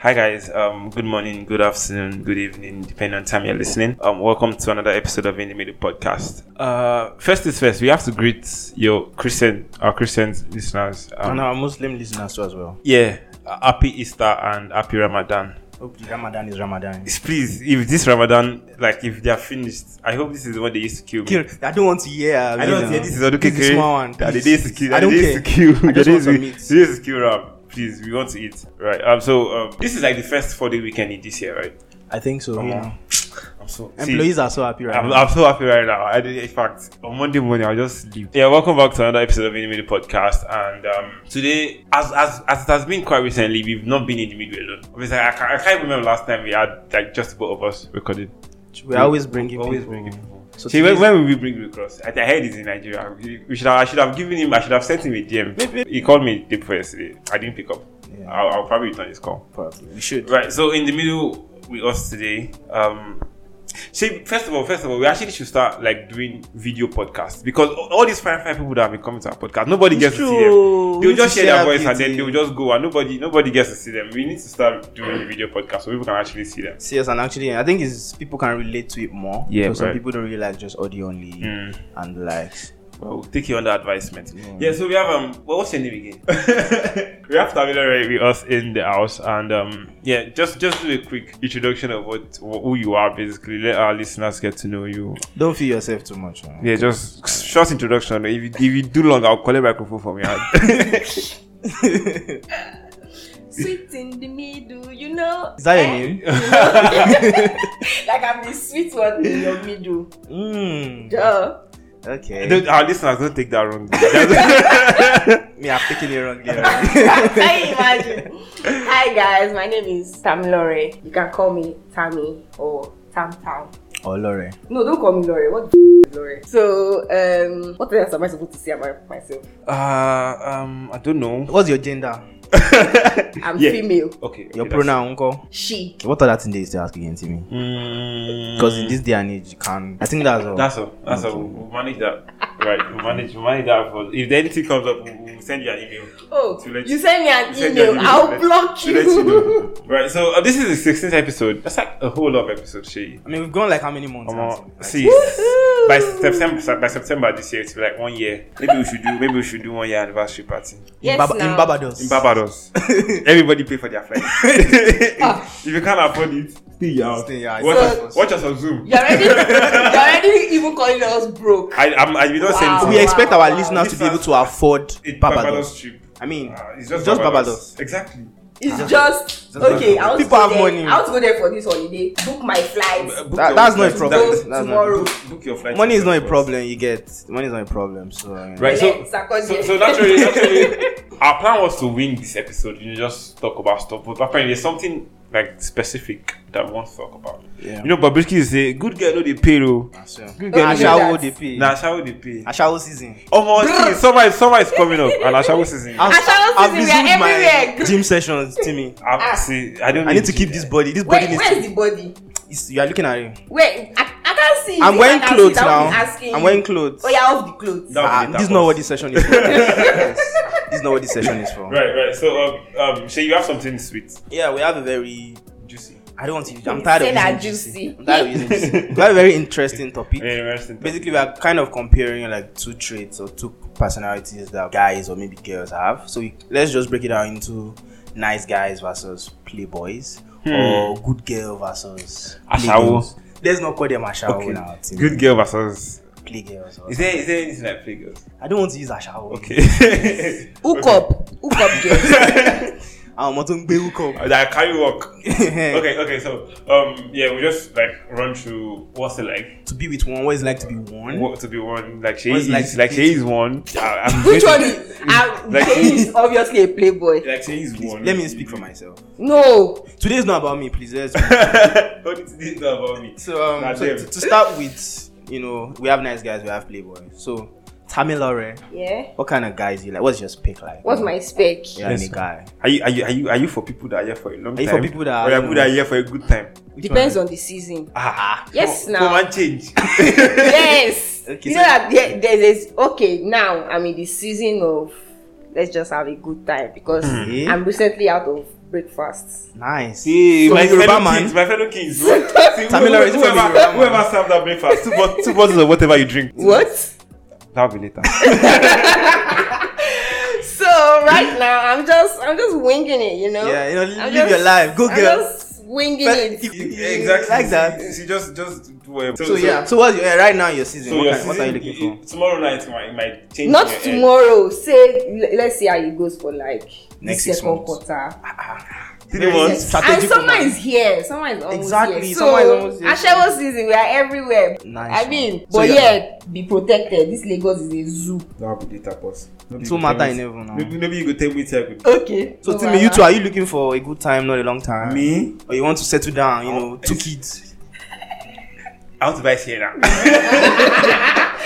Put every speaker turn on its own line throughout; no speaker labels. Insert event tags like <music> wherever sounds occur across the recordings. Hi guys, um, good morning, good afternoon, good evening, depending on time you're listening. Um, welcome to another episode of In the Middle podcast. Uh, first is first, we have to greet your Christian, our Christian listeners.
and
Um,
our Muslim listeners too as well.
yeah, happy Easter and happy Ramadan.
Hope the Ramadan is Ramadan.
Please, if this Ramadan, like if they are finished, I hope this is what they used to kill me.
I don't want to hear.
I don't hear this is Oduke
This is small one.
That the days to kill.
I
that the
don't
days
care.
to kill.
I
The
just
days
want
to
some
the
meat.
days to kill ram. Please, we want to eat. Right. Um. So um, this is like the first four day weekend in this year, right?
I think so. You
on.
know.
I'm so see,
Employees are so happy right
I'm,
now.
I'm so happy right now. I did, in fact, on Monday morning I'll just leave. Yeah, welcome back to another episode of In the Middle podcast. And um, today, as, as as it has been quite recently, we've not been in the middle alone. Obviously, I, can't- I can't remember last time we had like just the both of us recording.
We're always bringing
always
people.
bringing people.
So
See, when,
today's-
when will we bring Rick Ross? I, I heard he's in Nigeria. We we should have, I should have given him, I should have sent him a DM. He called me the first day. I didn't pick up.
Yeah.
I'll, I'll probably return his call.
Probably. We should.
Right, so in the middle with us today, um, see, first of all, first of all, we actually should start like doing video podcasts because all all these fine, fine people that have been coming to our podcast, nobody
It's
gets to see
true.
them.
We
They'll
need
just
to
share their
share
voice and then
beauty.
they'll just go and nobody, nobody gets to see them. We need to start doing a video podcast so people can actually see them.
Serious and actually, I think is people can relate to it more.
Yeah,
because some
right.
people don't really like just audio only and the likes.
Well, we'll take you under advisement.
Mm.
Yeah, so we have um, well, what's your name again? <laughs> we have Tamila Ray with us in the house, and um, yeah, just just do a quick introduction of what wh- who you are, basically. Let our listeners get to know you.
Don't feel yourself too much. man.
Yeah, just short introduction. If you if you do long, I'll call a microphone from your <laughs> hand.
sweet in the middle, you know.
Is that your
Eh?
name? <laughs>
Like I'm the sweet one in your middle.
Mm. <laughs>
Duh.
Okay.
Don't- our listeners don't take that <laughs> wrong.
Me, I'm picking it <laughs> wrongly. already.
Can you imagine? Hi guys, my name is Tam Lore. You can call me Tammy or Tam Tam.
oh, Lore.
No, don't call me Lore. What the f- is Lore? So, um, what else am I supposed to say about myself?
uh, um, I don't know.
What's your gender?
I'm
Yeah.
female.
Okay,
Your
okay, that's-
pronoun, uncle?
She.
What are that thing they used to ask again to me?
Mm.
Because in this day and age, you can. I think that's all.
That's all. That's all. We'll manage that. Right. We'll manage, we'll manage that. For, if anything comes up, we'll, we'll send you an email.
Oh,
To let-
you send me an
to send you
email.
an email.
I'll
Let-
block
to
you.
let you <laughs> know. Right. So uh, this is the 16th episode. That's like a whole lot of episodes, Shay.
I mean, we've gone like how many months?
Um,
now?
uh,
Like-
see, by September, by September this year, it'll be like one year. Maybe we should do. Maybe we should do one year anniversary party
in,
Yes,
Baba- in
now.
Barbados.
in Barbados. Everybody pay for their flight. <laughs> if you can't afford it, stay your house.
Stay your house.
Watch,
So-
us, watch us on Zoom.
<laughs> You're already, you're already even calling us broke.
I, I'm, I, we don't
Wow.
send
we
Wow.
expect our listeners to be
Listeners-
able to afford
It-
Barbados.
trip.
I mean,
Uh,
it's just, Barbados.
Exactly.
It's
Ah.
just,
just
okay.
like-
I want
People
to go
have
there.
money.
I want to go there for this holiday. Book my flight.
That-
your
that's not a
flight.
problem.
Go
That's not-
tomorrow.
book, book your flight.
Money is not a
first.
problem. You get money is not a problem. So uh, I mean,
Right. So,
Let's accord
so,
it.
so
<laughs>
naturally, naturally, our plan was to win this episode. You know, just talk about stuff. But apparently, there's something like specific that we want to talk about.
Yeah.
You know, Babrisky is a good girl. No, they pay. Oh,
So,
girl.
Ashawo they pay.
nah, Ashawo they pay.
Ashawo season.
Oh my, summer, is- summer is coming up, and Ashawo season.
I've-
Ashawo
I've
season, we
resumed
are
my
everywhere.
Gym sessions, Timmy.
I, see, I don't.
Ah. I need to keep this body. This body
Where,
needs.
where's
To,
the body?
it's, you are looking at it.
Where? I, I can't see.
I'm
If
wearing
I can
clothes
see, that
now.
would be asking
I'm
you.
wearing clothes.
Oh yeah, off the clothes.
That-
Ah,
Okay,
this is not
was-
what this session
<laughs>
is for. Yes. This is not what this session is for.
Right, right. So, um, um, Shay, you have something sweet,
Yeah, we have a very
juicy.
I don't want to use. I'm
You
tired of using
said that
juicy.
juicy.
I'm tired of using juicy. We have a very interesting topic.
Very interesting.
Basically, we are kind of comparing like two traits or two personalities that guys or maybe girls have. So we, let's just break it down into nice guys versus playboys or good girl versus
Hmm. Ashawo.
playgirls. Let's not call them ashawo
Okay.
now. Tim.
Good girl versus.
playgirls. or-
Is there is there anything like play girls?
I don't want to use ashawo.
Okay. <laughs>
Hook up. Hook up, girls.
I want to be hook up.
that carry work. okay, okay. So, um, yeah, we just like run through what's it like
<laughs> To be with one, what it's like to be one.
what to be one. Like she
Hmm? What's
is
it like
like,
to
like
be
she is
<laughs>
one. I- I'm
Which
going
one
to-
is? ah, I'm, <laughs>
Like- <laughs>
he's obviously a playboy.
Like she is
Please,
one.
let me speak
<laughs>
for myself.
No.
Today is not about me, please. Let's
what did you know about me?
So,
Nah,
um, so
them.
to, to start with, you know, we have nice guys, we have playboy. So, Tammy Laure,
Yeah.
what kind of guys you like? What's your pick like?
What's my spec?
yeah,
Yes.
any guy?
Are you are you are you are you for people that are here for a long
Are you for
time?
people that
or
are-
are people that are here for a good time?
Depends on the season.
Ah,
Yes,
come,
<laughs>
now.
come and change.
yes.
Okay,
you
so-
know that there, there's this okay now i'm in the season of let's just have a good time because
Mhm.
i'm recently out of breakfast
Nice.
See,
So
my
Yoruba
fellow
man-
kings, my fellow kings. See,
<laughs>
whoever,
Tamilore is from Yoruba
whoever,
man.
whoever served that breakfast, two, bot- two bottles of whatever you drink.
Hmm.
what <laughs>
That'll
<laughs>
be later.
so right now i'm just i'm just winging it you know
Yeah, you know,
I'm
live your life. Go
I'm
girl.
just winging
But
it
if-
exactly.
Like that.
See, see, just, just do whatever.
So, yeah. So what's your, eh, right now in your season?
So
what,
your
kind-
season,
what are you looking for?
Tomorrow night might, might change.
not
in your head.
tomorrow say le- let's see how it goes for like
Next
the
six
second
months.
quarter
Three months.
and
Strategic
summer
plan.
is here summer is almost
Exactly,
here
summer is almost here.
ashewo season we are everywhere
Nice
i
one.
mean
So
but
you're-
yeah be protected this lagos is a zoo
That'll be later, boss. Maybe
Two
you
matter
tell me-
in heaven now.
Maybe, maybe you go tell me tell me.
okay Oh,
So Timmy, you two, are you looking for a good time, not a long time?
Me,
Or you want to settle down, you
Oh,
know, two
it's-
kids?
I want to buy
<laughs>
Sienna. I want to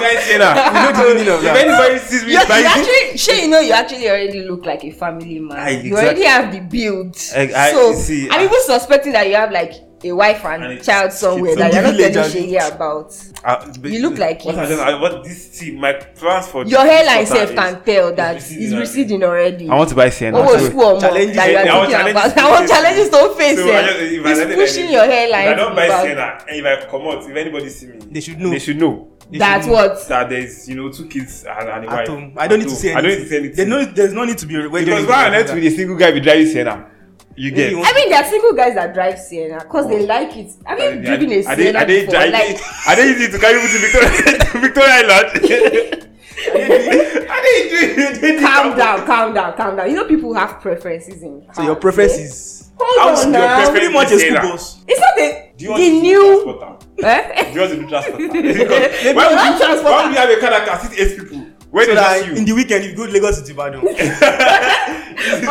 buy Sienna.
know the meaning of
If anybody sees me
you you
buying
actually sure you know you actually already look like a family man
I-
you already
exactly.
have the build
I- I-
so
see,
i'm
I-
even suspecting that you have like a wife and,
And a
child
kid,
somewhere
some
that you're not
village
telling
and-
shey about
Uh, but-
You look like
what
it.
I just, I, what this see, my plans for
your
this
hairline
quarter
sef
is-
can tell
is
that it's
receding
receding already
already. I want to buy Sienna. so,
owó school ọmọ
challenges-
Oh, that
I
you are
want
thinking
challenges
about
to
àwọn
face.
challenges don face
so I just,
ẹ
if I let
is
it
pushing
like
your
this,
hairline
If I don't buy
back.
Sienna, and if I come out, if anybody see me,
They should know.
They should know
They
that's
should know.
what
that there's you know two kids and, and a wife.
At home. I don't need to say anything.
I don't need to say anything.
There's no, there's no need to be. we're
because
doing
why on
this.
earth will a single guy be driving Sienna? You get.
you
I mean, there are single guys that drive Sienna because they like it. Have you driven a
Oh. Are they,
Sienna
are they,
before?
are they,
Like,
are they easy to carry people to Victoria, to Victoria <laughs> Island? are they doing? Are they doing
calm down, calm down, calm down. You know, people have preferences in.
So your preference
cars,
is
eh? Hold
How's
on
your
now.
preference?
pretty much a
Say
school
that.
bus.
It's not the
Do you want
the
to do
new.
transporter? <laughs> Do you
Eh?
want
<laughs>
to do transporter?
Maybe
Because why
not
would you? Why
transporter.
would you have a car that can sit eight people? Where
So
does
that
that
in
you?
the weekend you go Lagos to Ibadan.
Or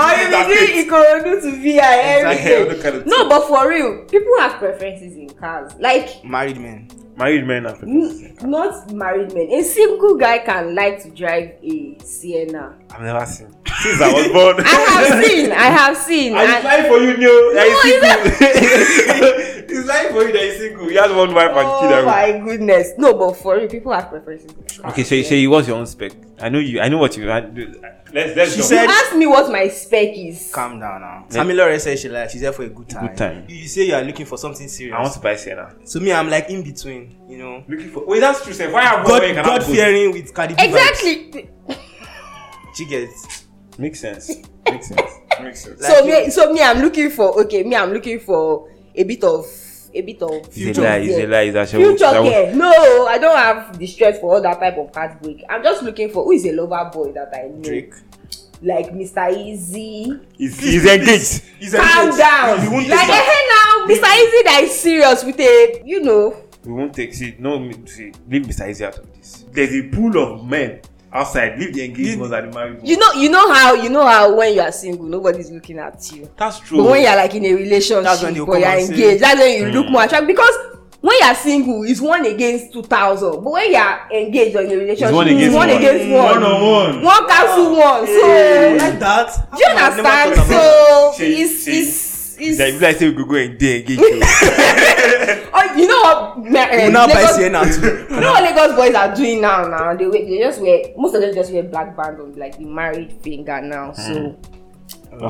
you be doing Ikorodu to VI everything. No, but for real, people have preferences in cars. Like,
<laughs> Married men.
Married men are
n- not married men. A single guy can like to drive a Sienna.
I've never seen since I
<laughs>
was born. <laughs>
I have seen. I have seen.
I
<laughs> and-
apply for you, Neo. No,
No,
it's single. it's like for you <laughs> that is single. You had one wife and kid.
Oh
at home.
my goodness. No, but for real, people have preferences.
Okay, so you say you was your own spec. I know you. I know what you. I, let's let's
She
jump.
said-
ask me what my spec is.
Calm down now.
Yeah.
Tamilore says she likes. She's there for a good time.
time.
You, you say you are looking for something serious.
I want to buy Sienna.
So me, I'm like in between. You know,
Looking for. Wait, that's true. Sir. Why have
God, God fearing with Cardi B. vibes.
Exactly.
She gets.
Makes <laughs> sense. Makes sense. Makes sense.
Like
so me, so me, I'm looking for. Okay, me, I'm looking for a bit of, a bit of
It's a lie. It's a lie. It's actually
Future care. No, I don't have the stress for all that type of heartbreak. I'm just looking for who is a lover boy that I know,
Drake.
like Mr. Easy.
He's, he's engaged.
He's
Calm
engaged.
down.
We won't
Like,
take
eh.
that.
hey, now, Mr. Easy that is serious with a, you know,
We won't take see no me- see leave Mr. Easy out of this. There's a pool of men outside. Leave the engaged
You-
ones and the married ones.
you know, you know how, you know how when you are single, nobody's looking at you.
That's true.
but when you're like in a relationship
That's when you
or
come
you're
and say- "Hmm."
engaged that's when you mm. look more attractive because when you're single it's one against two thousand but when you're engaged or in a relationship
It's one against
one,
one.
Mm,
against one
One on one.
one cancel one so
Oh. Hey,
do
like that.
you
I've never
understand
thought about
so
She-
it's
she-
it's
It's like,
it's
if I say we could go and dey <laughs> engage you.
oh you know what ma- eh,
We'll now buy
Lagos-
Sienna
<laughs>
too.
you know what Lagos boys are doing now now they wear they just wear most of them just wear black band on like the married finger now so. Mm.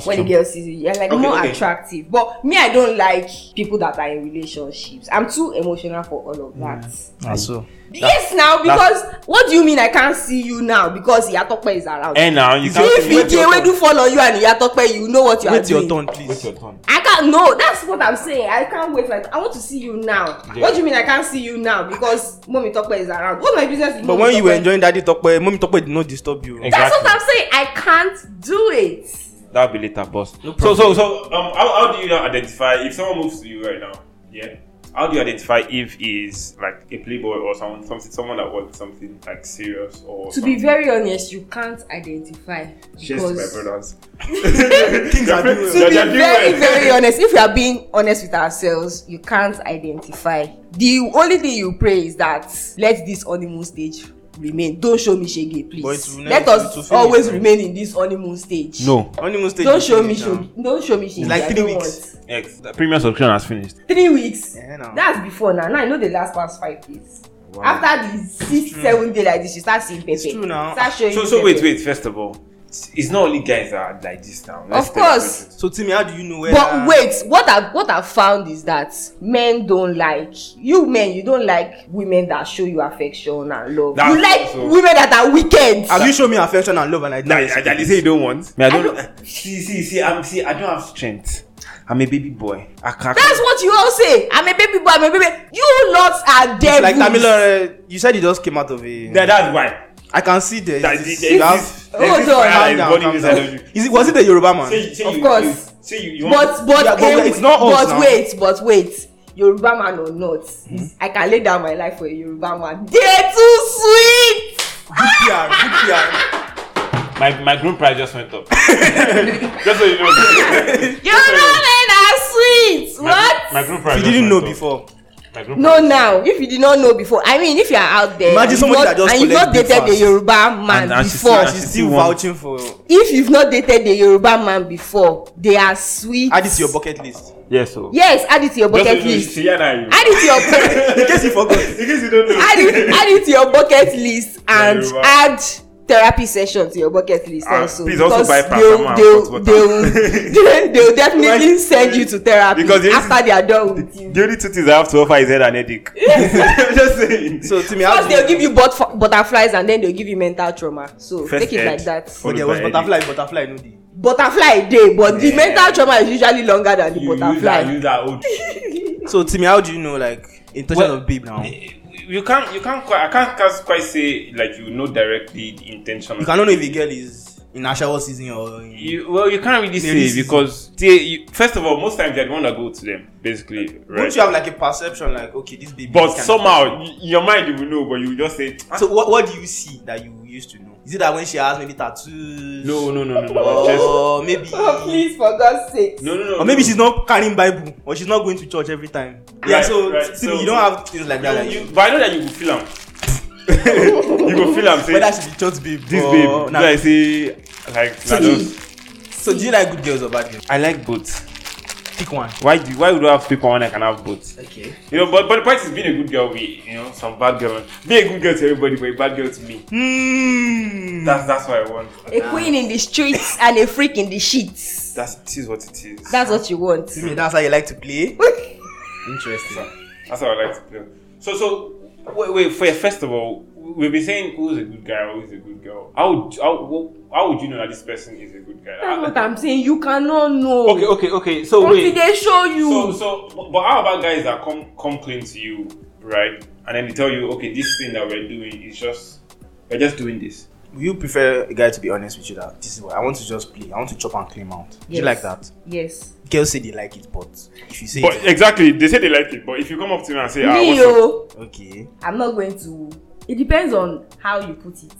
when the girl sees you you're like
Okay,
more
okay.
attractive but me i don't like people that are in relationships i'm too emotional for all of that
Mm.
Also,
yes now because what do you mean i can't see you now because iyatope is around
And Eh, now you can't
if
say wait
ije
your
wey
turn.
do follow you and iyatope you know what you are
wait your
doing
turn,
Wait
please.
your turn.
i can't no that's what i'm saying i can't wait like i want to see you now yeah. what do you mean i can't see you now because momitope is around what's my business with
But when you were
Momitope?
enjoying Daddy Tokpe, Mommy Tokpe did not disturb you.
Ex-
that's what
Exactly.
i'm saying i can't do it
That'll be later, boss. so so so um how, how do you now identify if someone moves to you right now? Yeah. How do you identify if is like a playboy or someone something someone that wants something like serious or
to be
something?
very honest you can't identify
Cheers to my
<laughs>
brothers.
Things are doing well.
to be very
<laughs>
very honest if you are being honest with ourselves you can't identify the only thing you pray is that let this honeymoon stage remain don show me shege
But it
please
will
let
never- it will
us
finish
always
now.
remain in this honeymoon stage
No.
Honeymoon stage.
don
is
show me
finished now.
shege don show me shege
like
i
three
don't
weeks.
want
Yes. The premium subscription has finished.
three weeks
Yeah, now.
that's before now now i know the last pass five days
Wow.
after the sixth seven day like this you start seeing pepper
It's true now.
start showing
So,
you
so wait,
pepper.
wait. First of all, it's not only guys that are like this now.
Of
tell you the
course.
truth.
So Timmy, how do you know where?
but wait what i what i found is that men don like you men you don like women that show you affection and love
That's
you like
also-
women that are wicked
Have you shown me affection and love and I
Now,
did?
I, I, say you don't want. Me, I
I
don't. see, see, see. I'm see. I don't have strength. I'm a baby boy. I can't.
that's what you all say i'm a baby boy i'm a baby you lot are devils
Like Tamilore, you said you just came out of a.
That, that's why.
I can see there.
That,
is-
this,
you have-
there's
Hold
this
on.
fire
calm
is
down,
burning
calm
inside
down.
of you.
Is it was it the Yoruba man?
Say, say
Of
you,
course.
You, say you, you want.
but but
Yeah, but
eh,
it's not us
but
now. Hmm?
wait but wait yoruba man or not mm-hmm. i can lay down my life for a yoruba man dey too sweet
<laughs> Good PR, good PR.
My my group price just went
<laughs>
up. just so you know.
yoruba men are sweet what
My group price.
If
just
you
went
didn't know
up.
before.
My group
no
price-
now if you did not know before i mean if you are out there
Imagine
and
somebody
you've
that
not,
just
and you've not
collect
dated a
breakfast.
yoruba man
And- and she's
before
still-
She's
She's
still
the one.
vouching for.
if you've not dated a yoruba man before they are sweet
Add it to your bucket list.
Yes. So.
yes add it to your
Just so you
bucket
know,
list
Shea na you.
add it to your bucket
In case you forgot.
<laughs> In case you don't know.
add it add it to your bucket list and
Yoruba.
add therapy session to your bucket list
Ah,
also
please also buy paracetamol and
they'll they'll,
hot <laughs>
they'll they'll they'll definitely
Why-
send you to therapy
Because there is-
after they are done with you
The only two things I have to offer is head and <laughs> headache. just saying.
So Timmy, how
first
do
they'll give you butterf- butterflies and then they'll give you mental trauma so
First
take it
aid.
like that
Oh, there was butterfly, butterfly, no the.
butterfly dey but the mental trauma is usually longer than the
You use that,
butterfly
use that old. <laughs>
So Timmy, how do you know like intention
Well-
of babe now? You
You can't, you can't quite, I can't, can't quite say like you know directly the intention. of-
cannot know if a girl is in Ashawa season or. In...
You, well, you can't really
Maybe
say
this is-
because they, you, first of all, most times they're the one that go to them, basically, right?
Don't you have like a perception like okay this baby?
but
can-
somehow, y- in your mind, you will know, but you just say, "Ah."
So what what do you see that you used to know? Is it that when she has maybe tattoos?
no, no, no, no, no, just,
Or maybe.
oh please for god's sake
no, no, no.
Or maybe she's not carrying Bible, or she's not going to church every time. yeah,
Right,
so
right,
Timmy,
so-
you don't have things like that.
No,
Like,
you, but I know that you will feel <laughs> them. you will feel them. Say,
whether she be church babe,
this
or,
babe,
Nah.
nah. I say, like,
So,
I
do
don't-
you, so do you like good girls or bad girls?
I like both.
Pick one.
Why do why would I have to pick one when I can have both?
Okay.
You know, but but the point is being a good girl we you know, some bad girl. Be a good girl to everybody, but a bad girl to me.
Hmm.
That's that's what I want.
a queen in the streets and a freak in the sheets
That's it is what it is.
that's what you want
Timmy, that's how you like to play. Interesting.
That's how I like to play. So so wait wait for first of all, we've been saying who's a good guy or who's a good girl. How would how, how would you know that this person is a good guy?
that's what i'm saying you cannot know
okay, okay, okay. So
until they show you.
So, so, but but how about guys that come come clean to you, right? And then they tell you, okay, this thing that we're doing is just we're just doing this.
Would you prefer a guy to be honest with you that this is what I want to just play? I want to chop and claim out. Do You
Yes.
like that?
yes.
Girls say they like it, but if you say
But
it,
exactly, they say they like it. But if you come up to me and say, ah,
me oh.
what's up?
o
okay,
i'm not going to it depends on how you put it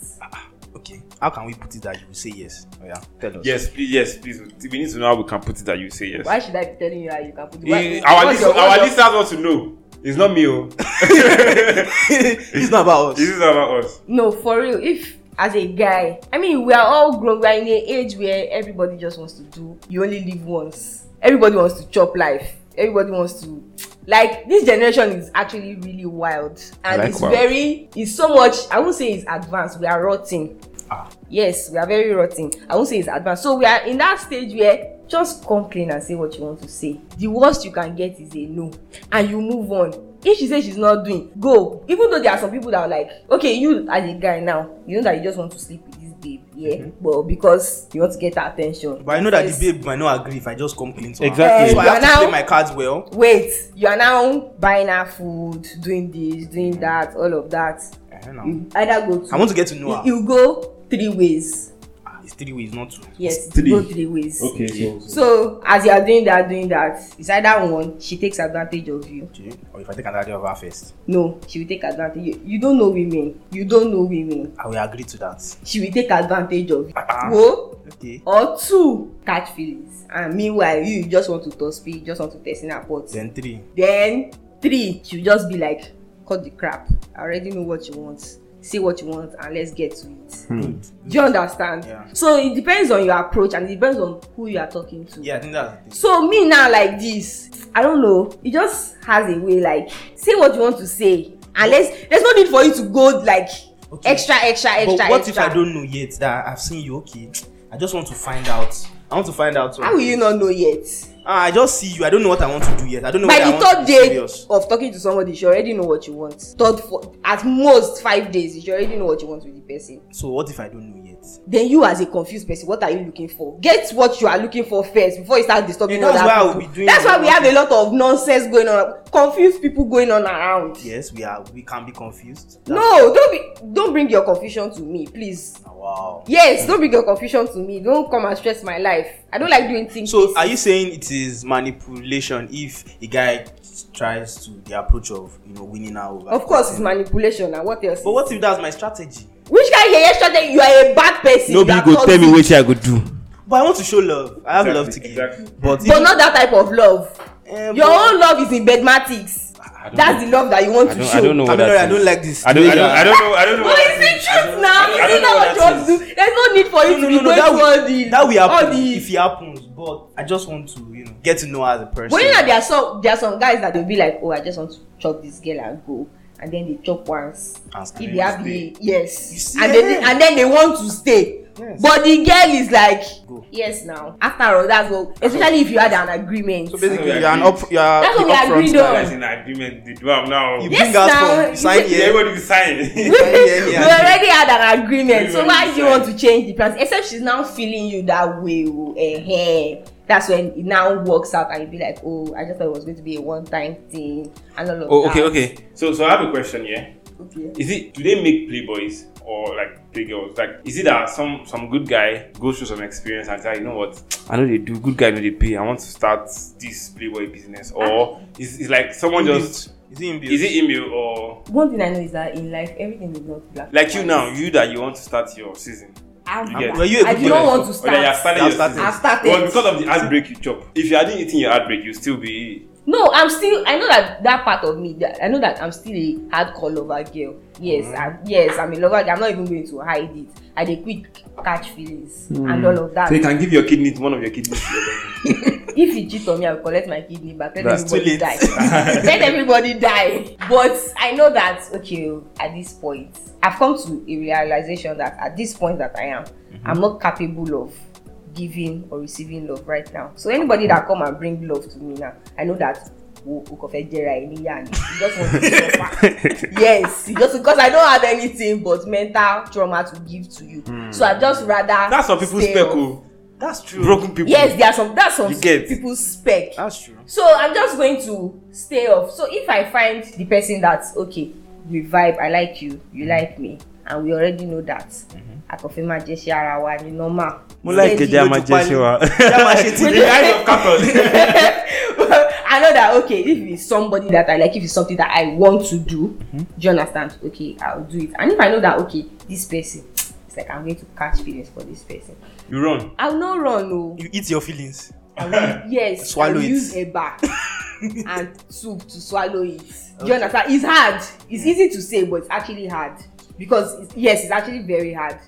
okay, how can we put it that you will say yes? Oh yeah, tell us.
Yes, please, yes, please. We need to know how we can put it that you say yes.
why should i be telling you how you can put it
Eh,
Why-
our
what's
list,
your- what's
our
your-
listeners want to know. It's not me,
<laughs>
oh.
<laughs> it's not about us.
this is about us.
no for real if as a guy i mean we are all grown we are in an age where everybody just wants to do you only live once everybody wants to chop life everybody wants to like this generation is actually really wild and
like
it's
wild.
very it's so much i won't say it's advanced we are rotting
Ah.
yes we are very rotting i won't say it's advanced so we are in that stage where just come clean and say what you want to say the worst you can get is a no and you move on if she say she's not doing go even though there are some people that are like okay you as a guy now you know that you just want to sleep with this babe yeah mm
Mm-hmm.
-hmm. but because you want to get her at ten tion
But I know that the babe might not agree if I just come clean to her.
Exactly.
So I have
Eh,
to
now-
play my cards well.
wait you are now buying her food doing this doing that all of that
Eh, now.
you either go to
Mm-hmm. I want to get to know
you,
her.
you go three ways
Ah, It's three ways, not two.
yes
Three.
three. go three ways
so,
so as you are doing that doing that it's either one she takes advantage of you
Okay. Or if I take advantage of her first,
no she will take advantage you you don't know women you don't know women
I will agree to that.
she will take advantage of you
Ah.
wo
Okay.
or two catch feelings and meanwhile you you just want to toss pee you just want to test in her pot
Then three.
then three she just be like cut the crap i already know what you want say what you want and let's get to it hmm. do you understand
Yeah.
so it depends on your approach and it depends on who you are talking to
Yeah, I think that's the thing.
so me now like this i don't know it just has a way like say what you want to say unless there's no need for you to go like
Okay.
extra extra extra
but what
extra
if I don't know yet that I've seen you? Okay, I just want to find out. I want to find out.
how will you not know yet
Ah, I just see you. I don't know what I want to do yet. I don't know.
by
whether I want
the
to
third
be
day
serious.
of talking to somebody you should already know what you want third four at most five days you should already know what you want with the person
So what if I don't know yet?
then you as a confused person what are you looking for get what you are looking for first before you start disturbing
Yeah, that's why I
other
will
people
be doing
that's why
the
we have a lot of nonsense going on confused people going on around
Yes, we are. We can be confused. That's-
no don't be don't bring your confusion to me please
Wow.
yes don't bring your confusion to me don't come and stress my life i don't like doing things
So are you saying it is manipulation if a guy tries to the approach of you know winning her over?
of course it's manipulation and what else
But what if that's my strategy?
which kind yeye strategy you are a bad person
nobody
that
go tell me
toxic.
wetin i go do.
But I want to show love. I have
Exactly,
love to give.
exactly.
But
but not that type of love
eh,
your
but-
own love is in bedmatics that's the love that you want
I
to
don't,
show
I don't know
I
what
mean,
that
I don't
is.
like this.
I don't, I
way
don't,
you are-
I don't know. I don't know.
but
what
it's the
that is.
truth now
I
you see
don't
na
know
what you
what that
want to do there is no need for you
no,
to
no,
be
no,
going
that
through all
will,
the
that will
all
happen if
the
it happens, but I just want to, you know, get to know her as a person.
but you know there are some there are some guys that dey be like oh i just want to chop this girl and go and then they chop once
And
if
then
they have
stay.
the yes
You see,
and then
yeah.
they and then they want to stay
Yes.
but the girl is like
Go.
yes now after all that's what especially if you had an agreement
So basically,
So we
you're an
agreed.
up, you're That's
what we agreed on.
That's in agreement. They do am now.
You
You
Yes,
bring out
now,
from
you
sign
<laughs> get-
yeah.
here.
everybody sign.
<laughs> we
yeah, yeah.
already had an agreement so
Agreement,
why do you
yeah.
want to change the plans except she's now feeling you that way oh eh that's when it now works out and you be like oh i just thought it was going to be a one time thing and all of
oh,
that
okay, okay. <laughs> So, so I have a question here.
okay
Is it do they make playboys or like playgirls? Like, is it that some some good guy goes through some experience and say, you know what? I know they do. Good guy know they pay. I want to start this playboy business. Or is it's like someone just
Is he in
is it email or
one thing i know is that in life everything is not black
like you now you that you want to start your season.
I'm,
You get-
Were you a
i
good
do
person?
not want to
Or that you have
start
started your season.
I've started.
i started
Well, because of the heartbreak you chop. If you hadn't eaten your heartbreak, you still be.
no i'm still i know that that part of me that i know that i'm still a hardcore lover girl yes mm. i'm yes i'm a lover girl i'm not even going to hide it i dey quick catch feelings mm. and all of that
So you can give your kidney to one of your kidneys. to your baby.
if he cheat on me i will collect my kidney back let
That's
everybody
too
die
late.
let everybody die but i know that okay o, at this point i ve come to a realization that at this point that i am mm
Mm-hmm.
-hmm. i'm not capable of giving or receiving love right now so anybody that come and bring love to me now i know that wo okofe jera eniya ni you just want to
<laughs>
suffer yes you just because i don't have anything but mental trauma to give to you mm. so i just rather
Hmm. That's some people's
stay
spec.
off.
oh.
That's true.
Broken people.
yes there are some that's some
You get.
people's spec
That's <laughs> true.
so i'm just going to stay off so if i find the person that okay we vibe i like you you like me and we already know that akọfẹ máa jẹ ṣe ara wa ni normal Steady.
máa jẹ́ ṣe wa.
In the eyes of cattle.
<laughs> i know that okay if it's somebody that i like if it's something that i want to do mm-hmm. do you understand okay i'll do it and if i know that okay this person it's like i'm going to catch feelings for this person
you run.
i will not run oh. o
You eat your feelings.
yes
Swallow
i will
it.
use eba
<laughs>
and soup to swallow it okay. you understand it's hard it's
Mm.
easy to say but it's actually hard because it's, yes it's actually very hard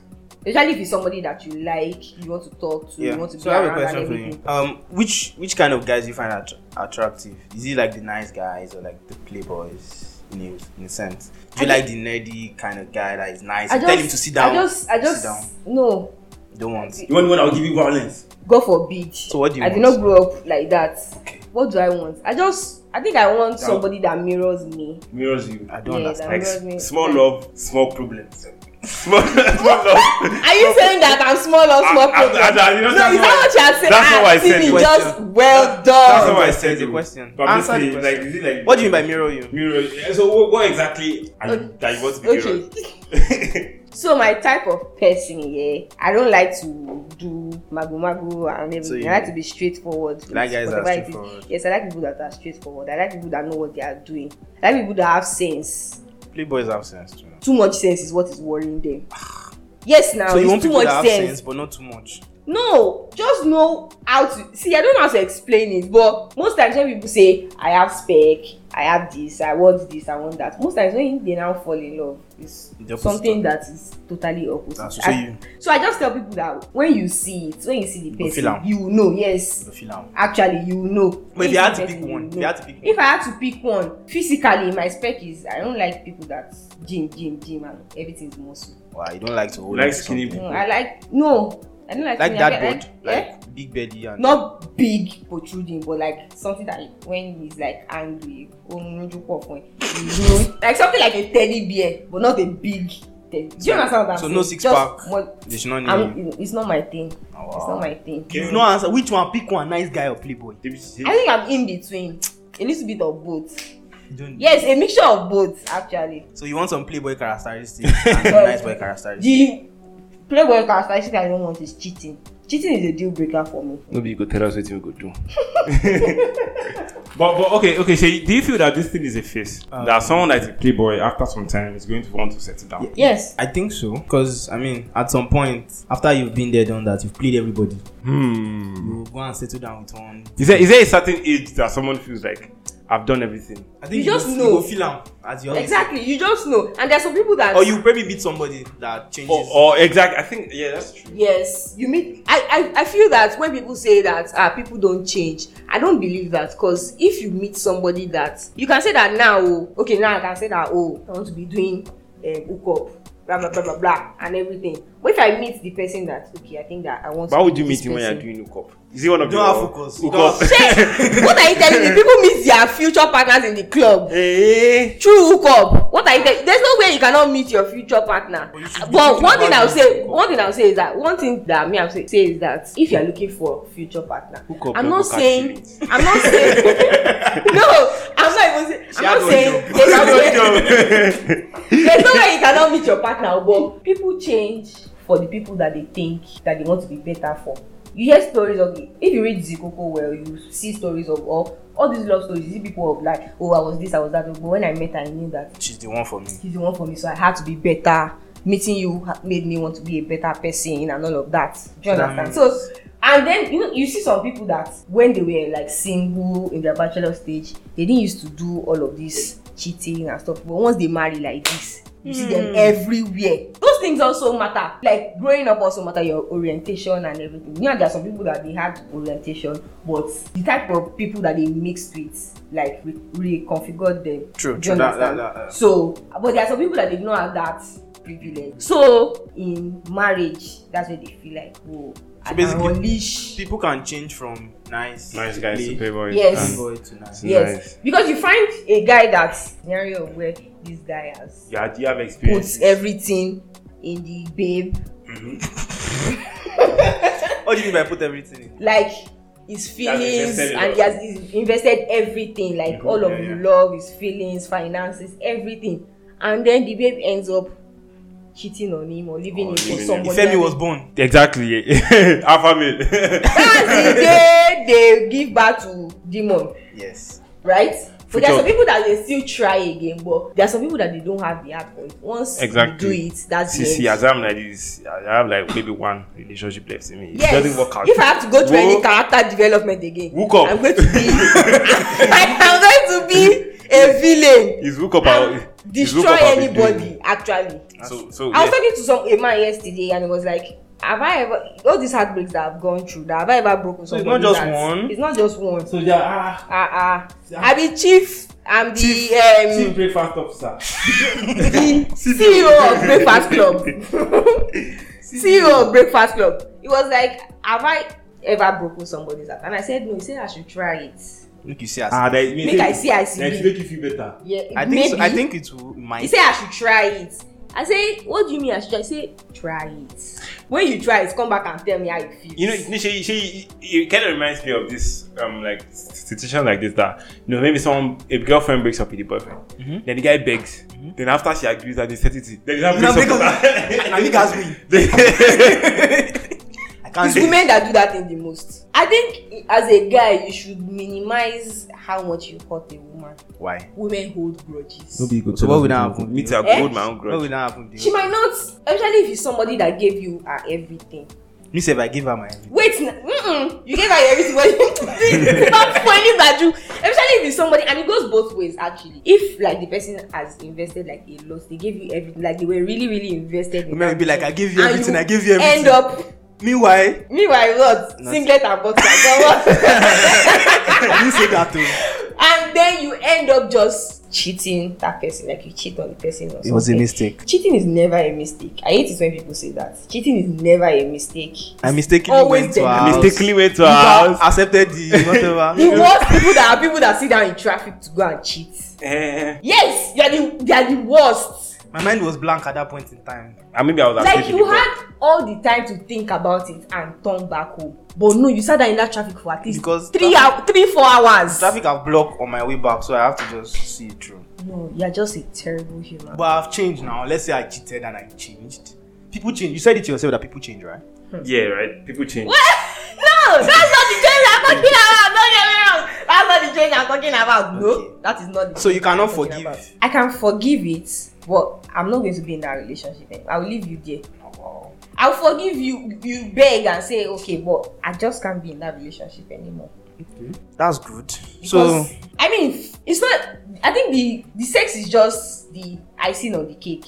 especially if it's somebody that you like you want to talk to yeah. you want to
So
be
I have a
around
question
and
for you.
everything
Um, which which kind of guys you find att- attractive? Is it like the nice guys or like the playboys? In a, in a sense, do you
I
like the nerdy kind of guy that is nice?
i
You
just
Tell him to sit down.
i just i just
sit down.
no
You Don't want.
You want the one that will give you violence.
god forbid so
what do you
i did
want?
not grow up like that okay. what do i want i just i think i want somebody that mirrors me
Mirrors you.
I don't
Yeah, that
understand.
Like
mirrors me
small love, small problems. Small, <laughs> small love. Ah,
are you saying that i'm small or small
I- I-
problem
I- I- you know,
no is
that's what I-
that what you are saying
that's what
Ah,
I said.
see me
Well
just
done.
well done
That's how I
Answer
said
the
it.
question.
But
Answer the
basically,
question.
Like, is it like
What do you mean by mirror you?
mirror? yeah, So what, what exactly are you,
Okay.
that you want to be mirrored?
<laughs>
Okay. so my type of person, yeah, I don't like to do magu-magu and everything.
you-
I like to be straightforward.
You like guys that are
Whatever it is.
straightforward.
Yes, I like people that are straightforward. I like people that know what they are doing. I like people that have sense.
Playboys have sense too.
Too much sense is what is worrying them. <sighs> Yes, now
So you want
it's too
people
much
that have
sense.
sense, but not too much.
No, just know how to see. I don't know how to explain it, but most times when people say I have spec, I I have this, I want this, I want that. Most times when they now fall in love, it's
The opposite
something
of-
that is totally opposite.
Ah, so- so
I-
you-
so I just tell people that when you see it, when you see the
go feel
person,
am.
you will know, yes.
You feel am.
Actually, you will know.
But if you had to
the
pick
person,
one,
will
if you had to pick
If I had to pick one, physically, my spec is I don't like people that gym, gym, gym, and everything's muscle.
Wow, you don't like to hold
Like
on to
skinny
something.
No, I like no. I don't like
Mm-hmm. Like
skinny, I
that
like-
board,
I- eh?
like big belly and
not big protruding but like something that when he's like angry orunju pop when like something like a teddy bear but not a big teddy do you understand what i'm
So
saying
no six
Just
pack.
one-
They should not need you.
I'm, it's not my thing
Oh,
it's
wow.
not my thing
Okay.
You no answer. Which one? Pick one. Nice guy or playboy?
i think i'm in between a little bit of both
You don't.
yes a mixture of both actually
So you want some playboy
<laughs>
characteristics and some nice boy characteristics.
the playboy characteristic i don't want is cheating cheating is a deal breaker for me
Nobody go tell us what we go do.
But, but okay, okay. So do you feel that this thing is a phase?
Uh.
Um,
that someone that is a playboy after some time is going to want to settle down.
yes
I think so. Because, I mean, at some point, after you've been there, done that, you've played everybody,
Hmm.
you go and settle down with one.
Is there is there a certain age that someone feels like I've done everything?
I
You
think
just
go,
know.
You go feel am as your
exactly you just know and there's some people that
Or you maybe meet somebody that changes.
Or, or exactly, I think yeah, that's true.
yes you mean I, I i feel that when people say that ah people don't change i don't believe that because if you meet somebody that you can say that now oh okay now i can say that oh i want to be doing um, hookup blah blah blah blah blah and everything but if i meet the person that okay i think that i want
But how would
be
you meet
this
him when you're
person.
doing hookup? Is he one of
You don't
your
have focus. You
hookup? <laughs>
don't
Shey, <laughs> what are you telling me people meet their future partners in the club
Eh,
true hookup what are you telling there's no way you cannot meet your future partner
But you should be
but
thinking
one thing
about
i will
this
say
hookup.
one thing i will say is that one thing that me i will say, say is that if you are looking for future partner
Hookup
i'm
no
not
go catch
saying i'm not
<laughs>
saying <laughs> no i'm not even saying i'm
had <laughs>
not
no
saying
job.
there's no
Don't
way
know.
there's no way you cannot meet your partner but people change for the people that they think that they want to be better for you hear stories of if you read zikoko well you see stories of all all these love stories you see people of like oh i was this i was that but when i met her i knew that
She's the one for me.
he's the one for me so i had to be better meeting you ha- made me want to be a better person and all of that do you
That
understand
means-
so and then you know you see some people that when they were like single in their bachelor stage they didn't used to do all of this cheating and stuff but once they marry like this you see them everywhere those things also matter like growing up also matter your orientation and everything you know there are some people that they had orientation but the type of people that they mixed with like re- reconfigured them
True,
Do
true,
you
that- that-
understand?
that- uh, that-
So, but there are some people that they don't have that privilege. So, in marriage, that's where they feel like, oh, I
So
can
basically,
unleash.
People can change from nice,
<laughs> nice guys to
play-
playboy.
Yes.
and
playboy to nice.
Yeah.
Yes,
Nice.
because you find a guy that scenario of where this guy has
Yeah, do you have experience?
puts everything in the babe,
What do you mean by put everything in?
like his feelings,
invested a
and
lot.
he has he's invested everything, like
Mhm,
all of
yeah,
you
yeah.
love, his feelings, finances, everything, and then the babe ends up cheating on him or leaving
Or
him for
leaving him.
somebody.
Ifemi
else.
was born.
Exactly. <laughs> Alpha male.
that's the day they give birth to demon
Yes.
right so there
Future.
are some people that dey still try again but there are some people that dey don have the heart for it once
Exactly.
you do it that's
See,
the
see,
end
as I'm like this, I have like maybe one relationship left in me. It
yes
doesn't work out.
if i have to go through
Wo-
any character development again
Woke up.
i'm going to be <laughs> i'm going to be a villain
It's hook up
and
out. it's hook
destroy
up out
anybody actually
So, so
I was
yeah.
talking to some a man yesterday and he was like, Have I ever all these heartbreaks that I've gone through that have I ever broken
So it's
somebody
not just
that-
one?
It's not just one.
So yeah, ah,
ah ah i be chief i'm the um,
breakfast officer.
<laughs> the ceo E of breakfast club <laughs> E ceo of breakfast club he was like have i ever broken somebody's heart and i said no he said i should try it
Look, you see, as
Ah, that it
make i see i see it
you feel better.
yeah
I think
maybe
so, I think it will might.
he said i should try it i say what do you mean i should try he say try it when you try it come back and tell me how you feel
You know, you know, she, she, it kind of reminds me of this, um, like situation like this that you know maybe someone a girlfriend breaks up with the boyfriend, then the guy begs, then after she agrees that they set it, then they have
Now
breaks
make
up.
<laughs> up- now make
<laughs>
us win. I can't
it's
do
women that do that thing the most i think as a guy you should minimize how much you hurt a woman
Why?
women hold grudges.
go So tell what us would what happen?
Me
you-
too, I <laughs>
Eh?
could hold my own
Why
grudge.
would that happen?
she might not especially if it's somebody that gave you her everything
Me say if I give her my everything.
wait na mm-mm, you <laughs> gave her your everything but you stop spoiling gbaju especially if it's somebody and it goes both ways actually if like the person has invested like a lot they gave you everything like they were really really invested in
Women will be
that
like, I gave
thing,
you
and
everything, I gave you everything.
end up
Meanwhile,
meanwhile what
Nothing.
singlet and boxer but
<laughs>
what
you say that too.
and then you end up just cheating that person like you cheat on the person or something
It was a mistake.
cheating is never a mistake i hate it when people say that cheating is never a mistake
I mistakenly
Always
went to
them.
her house.
mistakenly went to
Give
her
her-
house.
Accepted <laughs> the whatever.
the worst people that are people that sit down in traffic to go and cheat
Eh,
yes they are the they are the worst
My mind was blank at that point in time.
and maybe I was
like
asleep in
you
the car.
had all the time to think about it and turn back home but no you sat down in that traffic for at least
Because
three
traffic-
hour three four hours
Traffic have blocked on my way back, so I have to just see it through.
no you are just a terrible human
But I've changed now. Let's say I cheated and I changed. People change. You said it yourself that people change, right?
Yeah, right. People change.
no that's not the change i'm talking about don't get me wrong that's not the change i'm talking about no
Okay.
that is not the
So you
change I'm
cannot
talking
forgive.
about. i can forgive it but i'm not going to be in that relationship anymore i will leave you there
Wow.
i will forgive you you beg and say okay but i just can't be in that relationship anymore
That's good. So
because so, i mean it's not i think the the sex is just the icing on the cake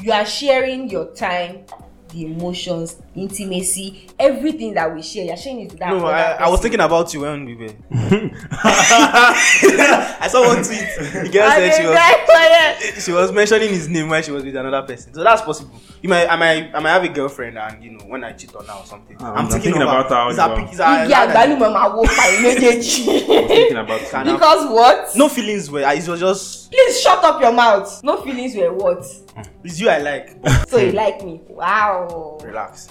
you are sharing your time the emotions intimacy everything that we share you are sharing it to that
no,
other
I, I was
person.
thinking about you
<laughs>
when we were. <laughs> I saw one tweet. The girl
I
said she
dey
was
die for
she was mentioning his name when she was with another person. So that's possible. You might, I might, I might have a girlfriend, and you know, when I cheat on her or something,
Ah, I'm thinking
of
about her
Is that
as
pic-
well.
is that-
it. ibi
is that-
agbalumọ ma wo
<laughs>
pa imejeji
Thinking
<laughs>
about
Can-
because what.
No feelings were. It was just
please shut up your mouth no feelings were what
it's you I like. But
so you like me wow <laughs>
relax.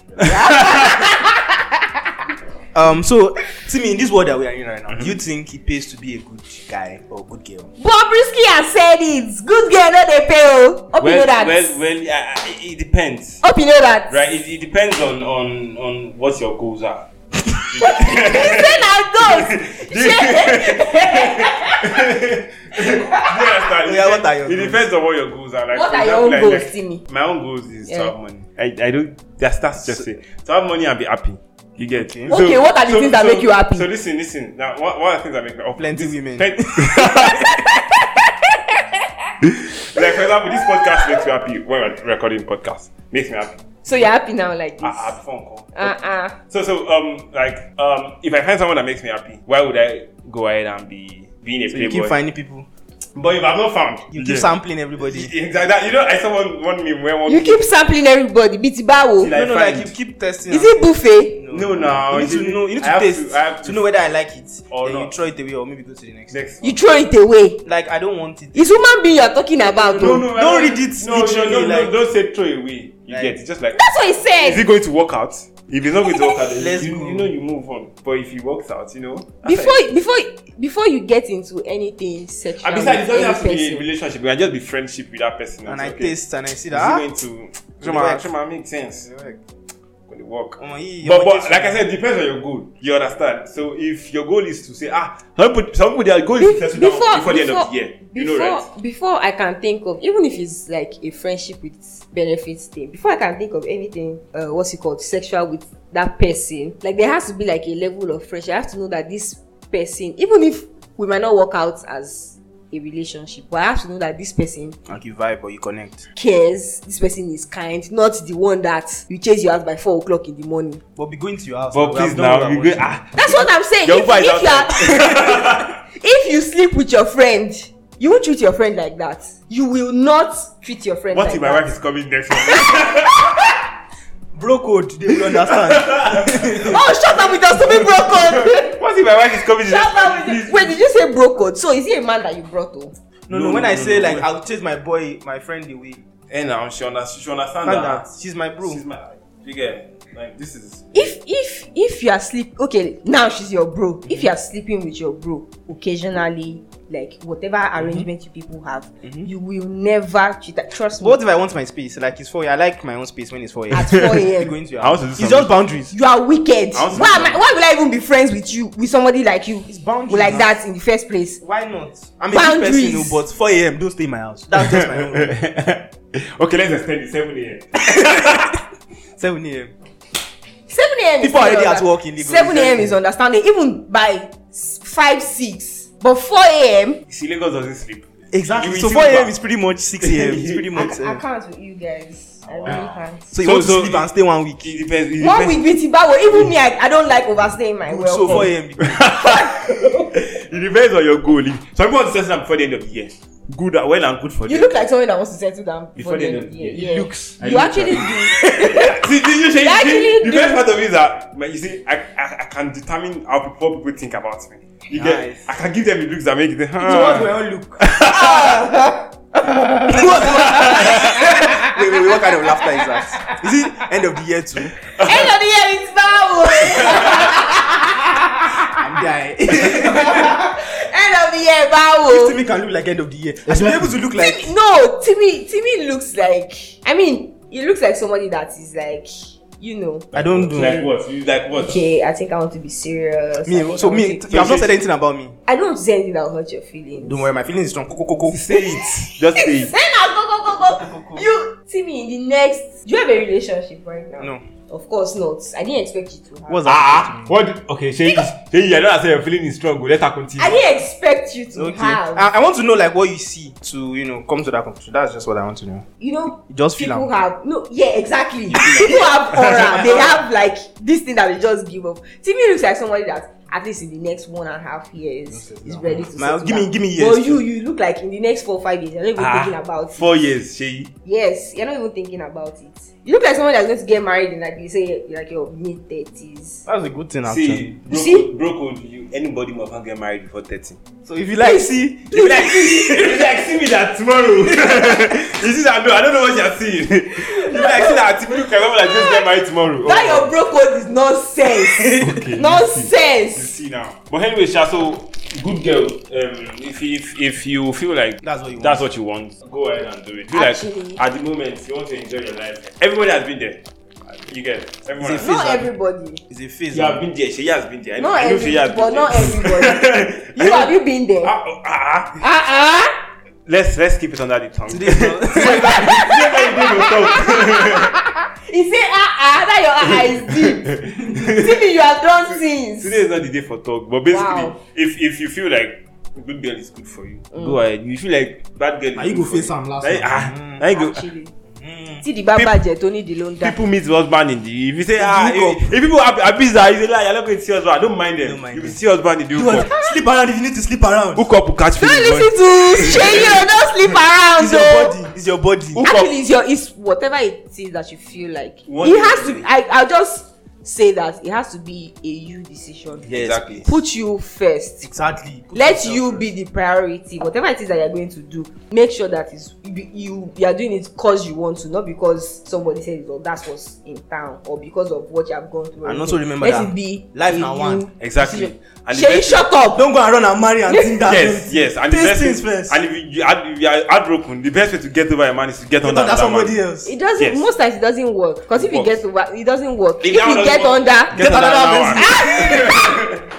um. So, Timmy, in this world that we are in right
Mm-hmm.
now, do you think it pays to be a good guy or good girl?
bobrisky has said it good girl no dey pay o hope you know
Well,
that
well, well, yeah, it it depends.
hope you know that <laughs>
Right, it, it depends on on on what your goals are.
listen and don't
Do you understand?
<laughs> Yeah, what are your
it
goals?
depends on what your goals are. Like,
What
for
are your
example,
own
like,
goals,
like,
Timmy?
My own goals is
Yeah.
to have money. I, I don't. That's that's just it. To have money and be happy. You get
Okay.
Okay, what are the things that make you happy?
So listen, listen. Now, what, what are the things that make me happy?
Plenty
This-
women.
plen- <laughs> like for example, this podcast makes me happy when we're recording podcast. Makes me happy.
so you're happy now like
I,
this
I have fun. Call.
uh-uh
So so um like um if I find someone that makes me happy, why would I go ahead and be being a
So you
playboy?
keep finding people.
but if I've not found,
You
Yeah.
keep sampling everybody.
<laughs> Exactly. That- You know, I saw one one meme where one.
you keep sampling everybody biti bawo
Like
no, no, like you
find-
keep testing.
is
and-
it buffet
No, no.
You need to know. You need
I
to
have
taste
I have
to, know whether I like it.
Or
then you
not.
throw it away, or maybe go to the next.
Next.
you throw it away
Like I don't want it.
it's human being you're talking about
No,
o
no. I
Don't read it
No, no, no,
literally,
no.
like-
Don't say throw away. You
Like-
get it. Just like.
that's what he
Is
said
it going to work out? If it's not going to work out, then
Let's
you,
go.
you know you move on. But if it works out, you know. that's
before
like-
before before you get into anything sexual
And
with
besides, it
any
doesn't have to be a
person
relationship. It can just be friendship with that person.
and
it's
I
okay.
taste and I see
Is it
that. ah,
going to?
Will it
Shema,
work?
Shema, make sense. Going to work.
Omo, ye-
but,
omo,
but
this
like
one.
I said, it depends on your goal. You understand? So if your goal is to say, ah, some people, some people their goal is to settle down before, the end of the year. You
before-
know, right?
before I can think of even if it's like a friendship with benefits thing, before I can think of anything, uh, what's it called, sexual with that person, like there has to be like a level of friendship. I have to know that this person, even if we might not work out as a relationship, but I have to know that this person
Like you vibe or you connect.
cares, this person is kind, not the one that you chase your house by four o'clock in the morning.
But be going to your house.
But
we have
please
done what
now,
I
we
want
go,
to do.
ah,
That's what I'm saying.
Your
If,
Uber is
if you are, <laughs> if you sleep with your friend, you won't treat your friend like that. You will not treat your friend
what
like
if my
that.
wife is coming next <laughs> month?
Bro code, they will <laughs> understand.
Oh, shut up with your stupid bro
<laughs>
code.
what if my wife is coming
shut up with
Please.
your... Wait, did you say bro code? So is he a man that you brought home?
no,
No,
no, when
no,
I
no,
say
no,
like
wait.
I'll chase my boy, my friend away.
And now she, under, she understand
Find
that.
out. She's my bro.
She's my, you get like this <laughs> is.
If if if you are sleep okay now she's your bro. If you are sleeping with your bro occasionally, like whatever arrangement
Mm-hmm.
you people have, you will never cheat. Trust me.
But what if I want my space? Like it's 4 I like my own space when it's 4
At 4
<laughs>
a.m..
Be going to your
I want
house.
to do
It's
something.
just boundaries.
you are wicked
I want to
why
be
am i
like-
why will i even be friends with you with somebody like you
It's boundaries
like
now.
that in the first place
Why not? I'm a good
Boundaries.
person, oh, but 4 a.m. don't stay in my house. That's just my own. <laughs> rule.
okay, let's extend it seven a.m.
7 a.m.
seven a.m. is
People are
still
already
under-
at work in Lagos.
seven a.m. is understanding even by s- five six but four a.m.
See, Lagos doesn't sleep.
Exactly.
You
So
will
4
sleep
a.m.
back.
is pretty much 6 a.m. It's pretty
I,
much.
I
uh,
can't with you guys I really can't.
So you
So-
want to
so
sleep
it-
and stay one week.
It depends. It
one
depends.
week beauty bawo even me I, I don't like overstaying my welcome.
So 4 a.m.
it depends on your goal. If- Some people want to set up before the end of the year. Good, uh, well and good for
You
them.
look like someone that wants to settle down
Before the end of the year. It
Yeah.
looks- I
You
look
actually do.
see, see, you see,
You
see,
actually
the
do.
best part of it is that, like, you see, I, I, I can determine how people, what people think about me. You
Nice.
get, I can give them the looks that make them.
So what's my
"Ah."
own <laughs> look? wait, wait, wait, what kind of laughter is that? Is it end of the year too?
End of the year is bawo.
I'm <laughs> dying. Oh.
End of the year bawo.
Timmy can look like end of the year. I should be able to look like
No, Timmy. Timmy looks like. I mean, he looks like somebody that is like, you know.
I don't do.
Like what? You like what?
Okay, I think I want to be serious. I
me.
think
So
I
me,
want to-
you have not said anything about me.
I don't want to say anything that will hurt your feelings. <laughs>
Don't worry, my feeling is strong. Ko, ko, ko, ko.
Say it. Just say it.
Then I'll go, go, go, go. You, Timmy, in the next. Do you have a relationship right now?
No.
Of course not. I didn't expect you to. Have.
What's that?
Ah, what? do- Okay, say it. Say it. I know I say your feeling is strong. but Let her continue.
I didn't expect you to
Okay. Ah.
have.
I, I want to know like what you see to you know come to that conclusion. That's just what I want to know.
you know,
You just feel
people
am.
have no, yeah, exactly.
<laughs>
people have aura. They have like this thing that they just give up. Timmy looks like somebody that at least in the next one and a half years is ready to.
My-
settle
give me-
down.
give me years
But you,
too.
you look like in the next four five years, you're not even
Ah,
thinking about it.
Four years, Shay.
Yes, you're not even thinking about it. You look like someone that's going to get married in like you say like your mid thirties.
That's a good thing actually.
See, bro,
see?
bro code, you, anybody must not get married before 30.
So if you like see,
You like, <laughs> you like see me that <laughs> tomorrow. you see that? No, I don't know what you're seeing. you like see that people can come like just get married tomorrow.
That your bro code is nonsense.
<laughs> Okay, you You
nonsense.
see now. But anyway, Sha, so good girl. Um, if, if if you feel like
That's what you
that's what you want, go ahead and do it. Feel
Actually-
like at the moment you want to enjoy your life. Everybody has been there. You get it. everyone.
It's
Has been
a phase.
Not everybody.
is a phase.
you have been there. She has been there. I know-
Not
I know Shey has
everybody,
been
but
there. <laughs>
not everybody. You have you been there?
Ah, oh, ah, ah.
Uh uh.
Let's let's keep it under the tongue.
Today's not- <laughs>
He say ah ah that your ah ah is deep. Timmy you have done
<laughs>
things.
today is not the day for talk but basically
Wow.
if if you feel like good girl is good for you mm. go ahead you feel like bad girl is
Na you
good
go
for
face
you.
am last
Na you-
one.
ah
Mm.
na you go
Actually. See the bad
Peop-
budget Tony the loan down.
people meet husband in the if you say ah
the hook
if, if people ab abuse her you say lie i no go see husband i don't mind them
Don't mind
you go
them.
see husband in the
You want
hook up
sleep around if you need to sleep around.
hook up will catch
Don't
feeling
lis ten to Sheyi o no sleep around
It's your
o.
body. It's your body.
Who-
Actually it's your it's whatever it is that you feel like.
What
It
you
has to
feel.
I I'll just say that it has to be a you decision.
Yes,
Exactly.
please.
Put you first.
Exactly. Put
let
yourself
you
first.
be the priority whatever it is that you are going to do make sure that is you be- you you are doing it because you want to not because somebody says oh that's what's in town or because of what you have gone through
And
or
also
anything.
remember
let
that
it be
life
a
na
you
one.
exactly
decision.
and the
Sheyi
best
shut up
Don't go and run and marry and think that.
yes yes and the
Taste
best
things
way
first.
and if you- you are if you are heartbroken the best way to get over a man is to get
Don't
under
that's
another man
somebody else.
it doesn't
Yes.
most times it doesn't work because if you
works.
get over it doesn't work if,
If that one doesn't work,
you get under
get under
another
<laughs>
another man Ah!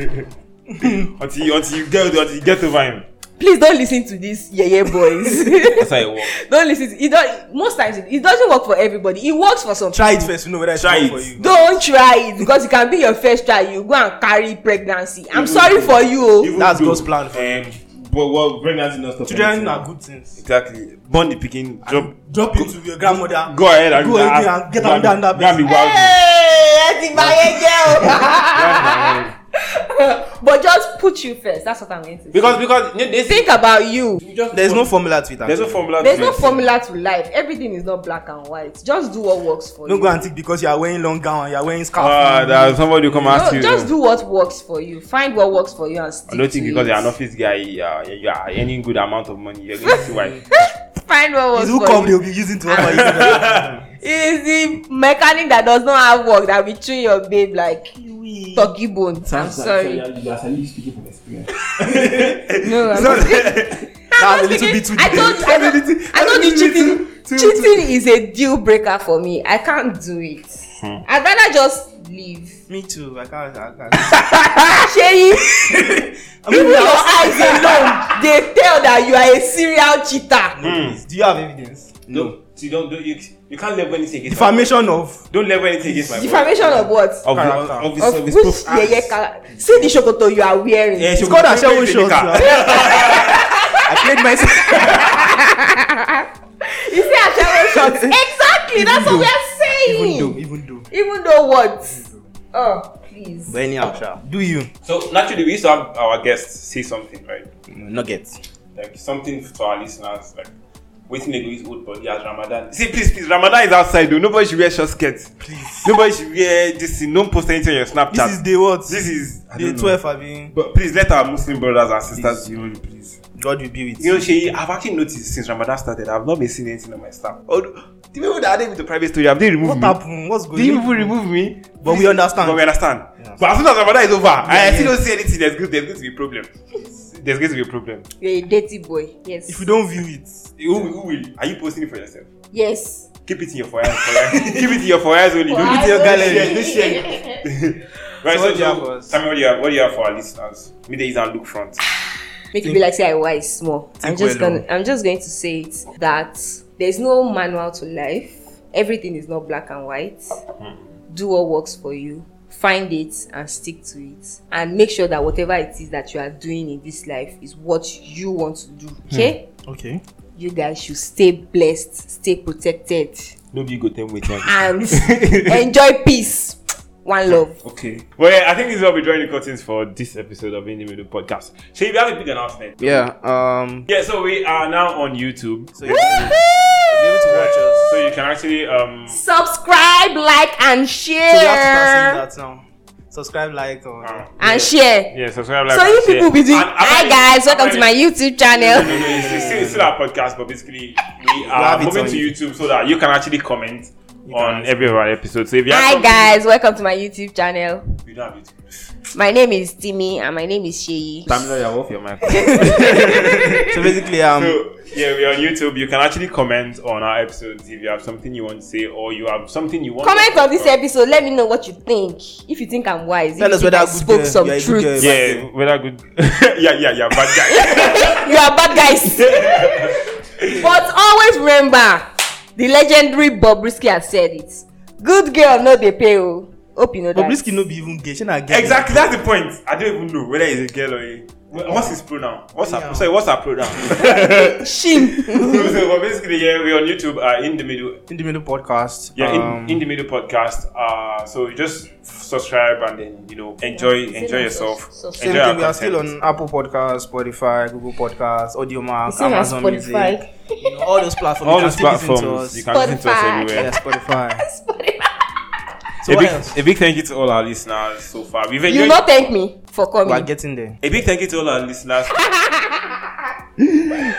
<laughs> until you until you get until you get over him
please don't lis ten to these yeye boys <laughs>
that's how it works.
don't lis ten to it don most times it, it doesn't work for everybody it works for some
Try it first to know whether it's
Try
right
it.
for you.
don't try it because it can be your first try you go and carry pregnancy i'm
Even
sorry
though-
for you <laughs> o
even
That's
though,
God's plan for
um, but well pregnancy no stop
Children
anything.
are good things.
exactly born the pikin drop
Drop it to your grandmother.
go ahead and
Go ahead and get am down that
that be
bed.
wild
ẹ ti bá yẹn jẹ o but just put you first that's what i'm going to say
because because you know, they
think about you
There's no formula to it.
there's no
actually.
formula
there's
to
no
it.
formula to life everything is not black and white just do what works for
Don't
you
go and think because you are wearing long gown and you are wearing scarf.
ah there's somebody who come ask
no
you
just do what works for you find what works for you and stick
I
to
don't think because
it
you're an office guy, uh, you are earning good amount of money. You're going to see <laughs> why.
find what works
It's who come
for
they
you
will be using to offer you.
<laughs>
it's the mechanic that does not have work that be chewing your babe like turkey bone i'm sorry no i'm not
<laughs> That's a
Just
little bit
because
too
I told I
deep.
told, I told you cheating cheating is a deal breaker for me. I can't do it.
Hmm.
I'd rather just leave.
Me too. I can't. I can't.
Sheyi,
I
even
Ah! mean,
your
<laughs>
eyes alone dey tell that you are a serial cheater.
Hmm.
Hmm. Do you have evidence?
No. See, don't, don't you, you can't level anything against my
Defamation of.
boy. Don't level anything against my boy.
defamation of what.
Of, the-
Character.
of, his-
of
of his
which
prof-
yeye kala see the sokoto you are wearing.
Yeah, she
It's called
was
Ashewo
very
Shows.
critical.
I <laughs> played
<laughs>
myself.
you see asewo
<laughs>
shorts exactly that's what we are saying.
Even though, even though.
even though what oh please.
But anyhow, sha, do you?
So naturally, we used to have our guests say something, right?
Nuggets.
Like something to our listeners, like waiting to go his old body as Ramadan. See, please, please, Ramadan is outside. Though nobody should wear short skirts. Please, nobody should wear this. thing. Don't post anything on your Snapchat.
This is day what?
this is I
day
don't know.
12, I mean.
But please let our Muslim brothers and sisters know, please.
God will be with
You
you.
know, Shay, I've actually noticed since Ramadan started, I've not been seeing anything on my Snap. Although the people that are there with the private story, have they removed
What
me?
happened? What's
Do you
going
people
on?
remove me?
But we understand.
But we understand.
Yeah.
But as soon as Ramadan is over, I
Yeah,
still
yeah.
don't see anything. There's going, there's going to be a problem. There's going to be a problem.
you are a dirty boy yes.
If you don't view it,
Who, who will? Are you posting it for yourself?
yes.
Keep it in your forehead.
<laughs>
Keep it in your forehead only. Don't
Why?
give it-
your gallery,
Right,
So
so,
what do you have for
so
us?
Samuel, what do you have, what do you have for our listeners? Middays and look front.
make it be like say i wise small i'm
Think
just
well oh.
gonna i'm just going to say it that there's no manual to life everything is not black and white
Hmm.
do what works for you find it and stick to it and make sure that whatever it is that you are doing in this life is what you want to do okay
Hmm. okay.
you guys should stay blessed stay protected
Nobody go them with
<laughs>
and enjoy peace one love
Okay. Well, yeah, I think this is what we're drawing the curtains for this episode of Indie Middle Podcast. Shay, we have a big announcement.
Yeah. Um.
Yeah, so we are now on YouTube.
So you can be able to watch us.
So you can actually um
subscribe like and share
So we have to
Eh.
start saying that now. Subscribe, like, or
uh,
and share
yeah, subscribe like
Ah, so you
and share.
people be doing
And
hi
apparently-
guys welcome to my
apparently-
youtube
No, no,
<laughs>
no,
channel
it's, it's still, it's still our podcast, but basically we are
have it
moving
on
to YouTube so that you can actually comment
can
on
ask.
every of our episodes. So if you have
hi
something-
guys welcome to my youtube channel
we don't have YouTube.
my name is timmy and my name is sheyi
Samuel, you're off your mic.
so basically, um,
<laughs> So yeah, we're on YouTube. You can actually comment on our episodes if you have something you want to say or you have something you want.
comment on this
episode.
episode let me know what you think if you think i'm wise if
Tell
you
us
think
whether
i
good
spoke
girl,
some
you are a good
truth
girl.
Yeah, whether good. <laughs> yeah, yeah, yeah, bad guy.
you are bad
<laughs>
guys but always remember the legendary bobrisky has said it good girl no dey pay o hope you know that
but Brisky no be even gay. She not gay.
exactly, that's the point. I don't even know whether he's a girl or a. What's his pronoun? What's her?
Yeah.
Sorry, what's her
<laughs>
pronoun? <laughs>
shim
so, so, but basically, yeah, we're on YouTube. Uh, in the middle.
In the middle podcast.
Yeah,
um,
in, in the middle podcast. Uh, so you just subscribe and then you know enjoy
Yeah,
enjoy
same
yourself.
as us.
Enjoy
Same
our
thing. We are still
content.
on Apple Podcasts, Spotify, Google Podcasts, AudioMark,
same as
Amazon
spotify
Music, <laughs> you know, all those platforms.
all
you can
those
still listen to
platforms. You
us.
can listen to us
Spotify.
everywhere.
Yeah,
<laughs>
Spotify. So
a
what
big,
else?
a big thank you to all our listeners so far. We've
you
enjoyed.
no thank me for
We are
coming
getting there.
a big thank you to all our
<laughs>
listeners.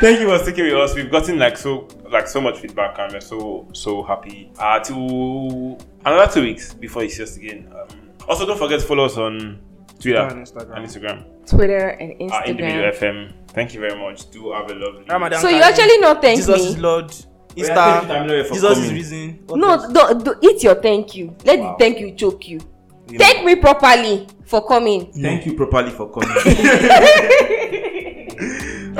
thank you for sticking with us. We've gotten like so like so much feedback, and we're so so happy. Uh, to another two weeks before it's just again. Um, also, don't forget to follow us on Twitter
And Instagram.
and Instagram. uh,
twitter and
At
instagram.
individual FM. Thank you very much. Do have a lovely.
Ramadan.
so you
Kareem.
actually no thank
Jesus
me
is Lord.
Wait, I thank you, Tamiloye,
Easter.
for
Jesus is
coming.
reason. What else?
no don't do, eat your thank you let wow.
Wow.
the thank you choke you
You know.
thank me properly for coming
Thank you properly for coming. all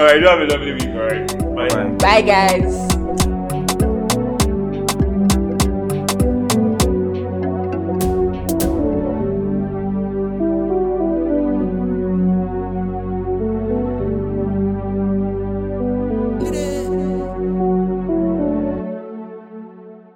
right, do have a lovely week. All right, bye.
Bye.
bye guys.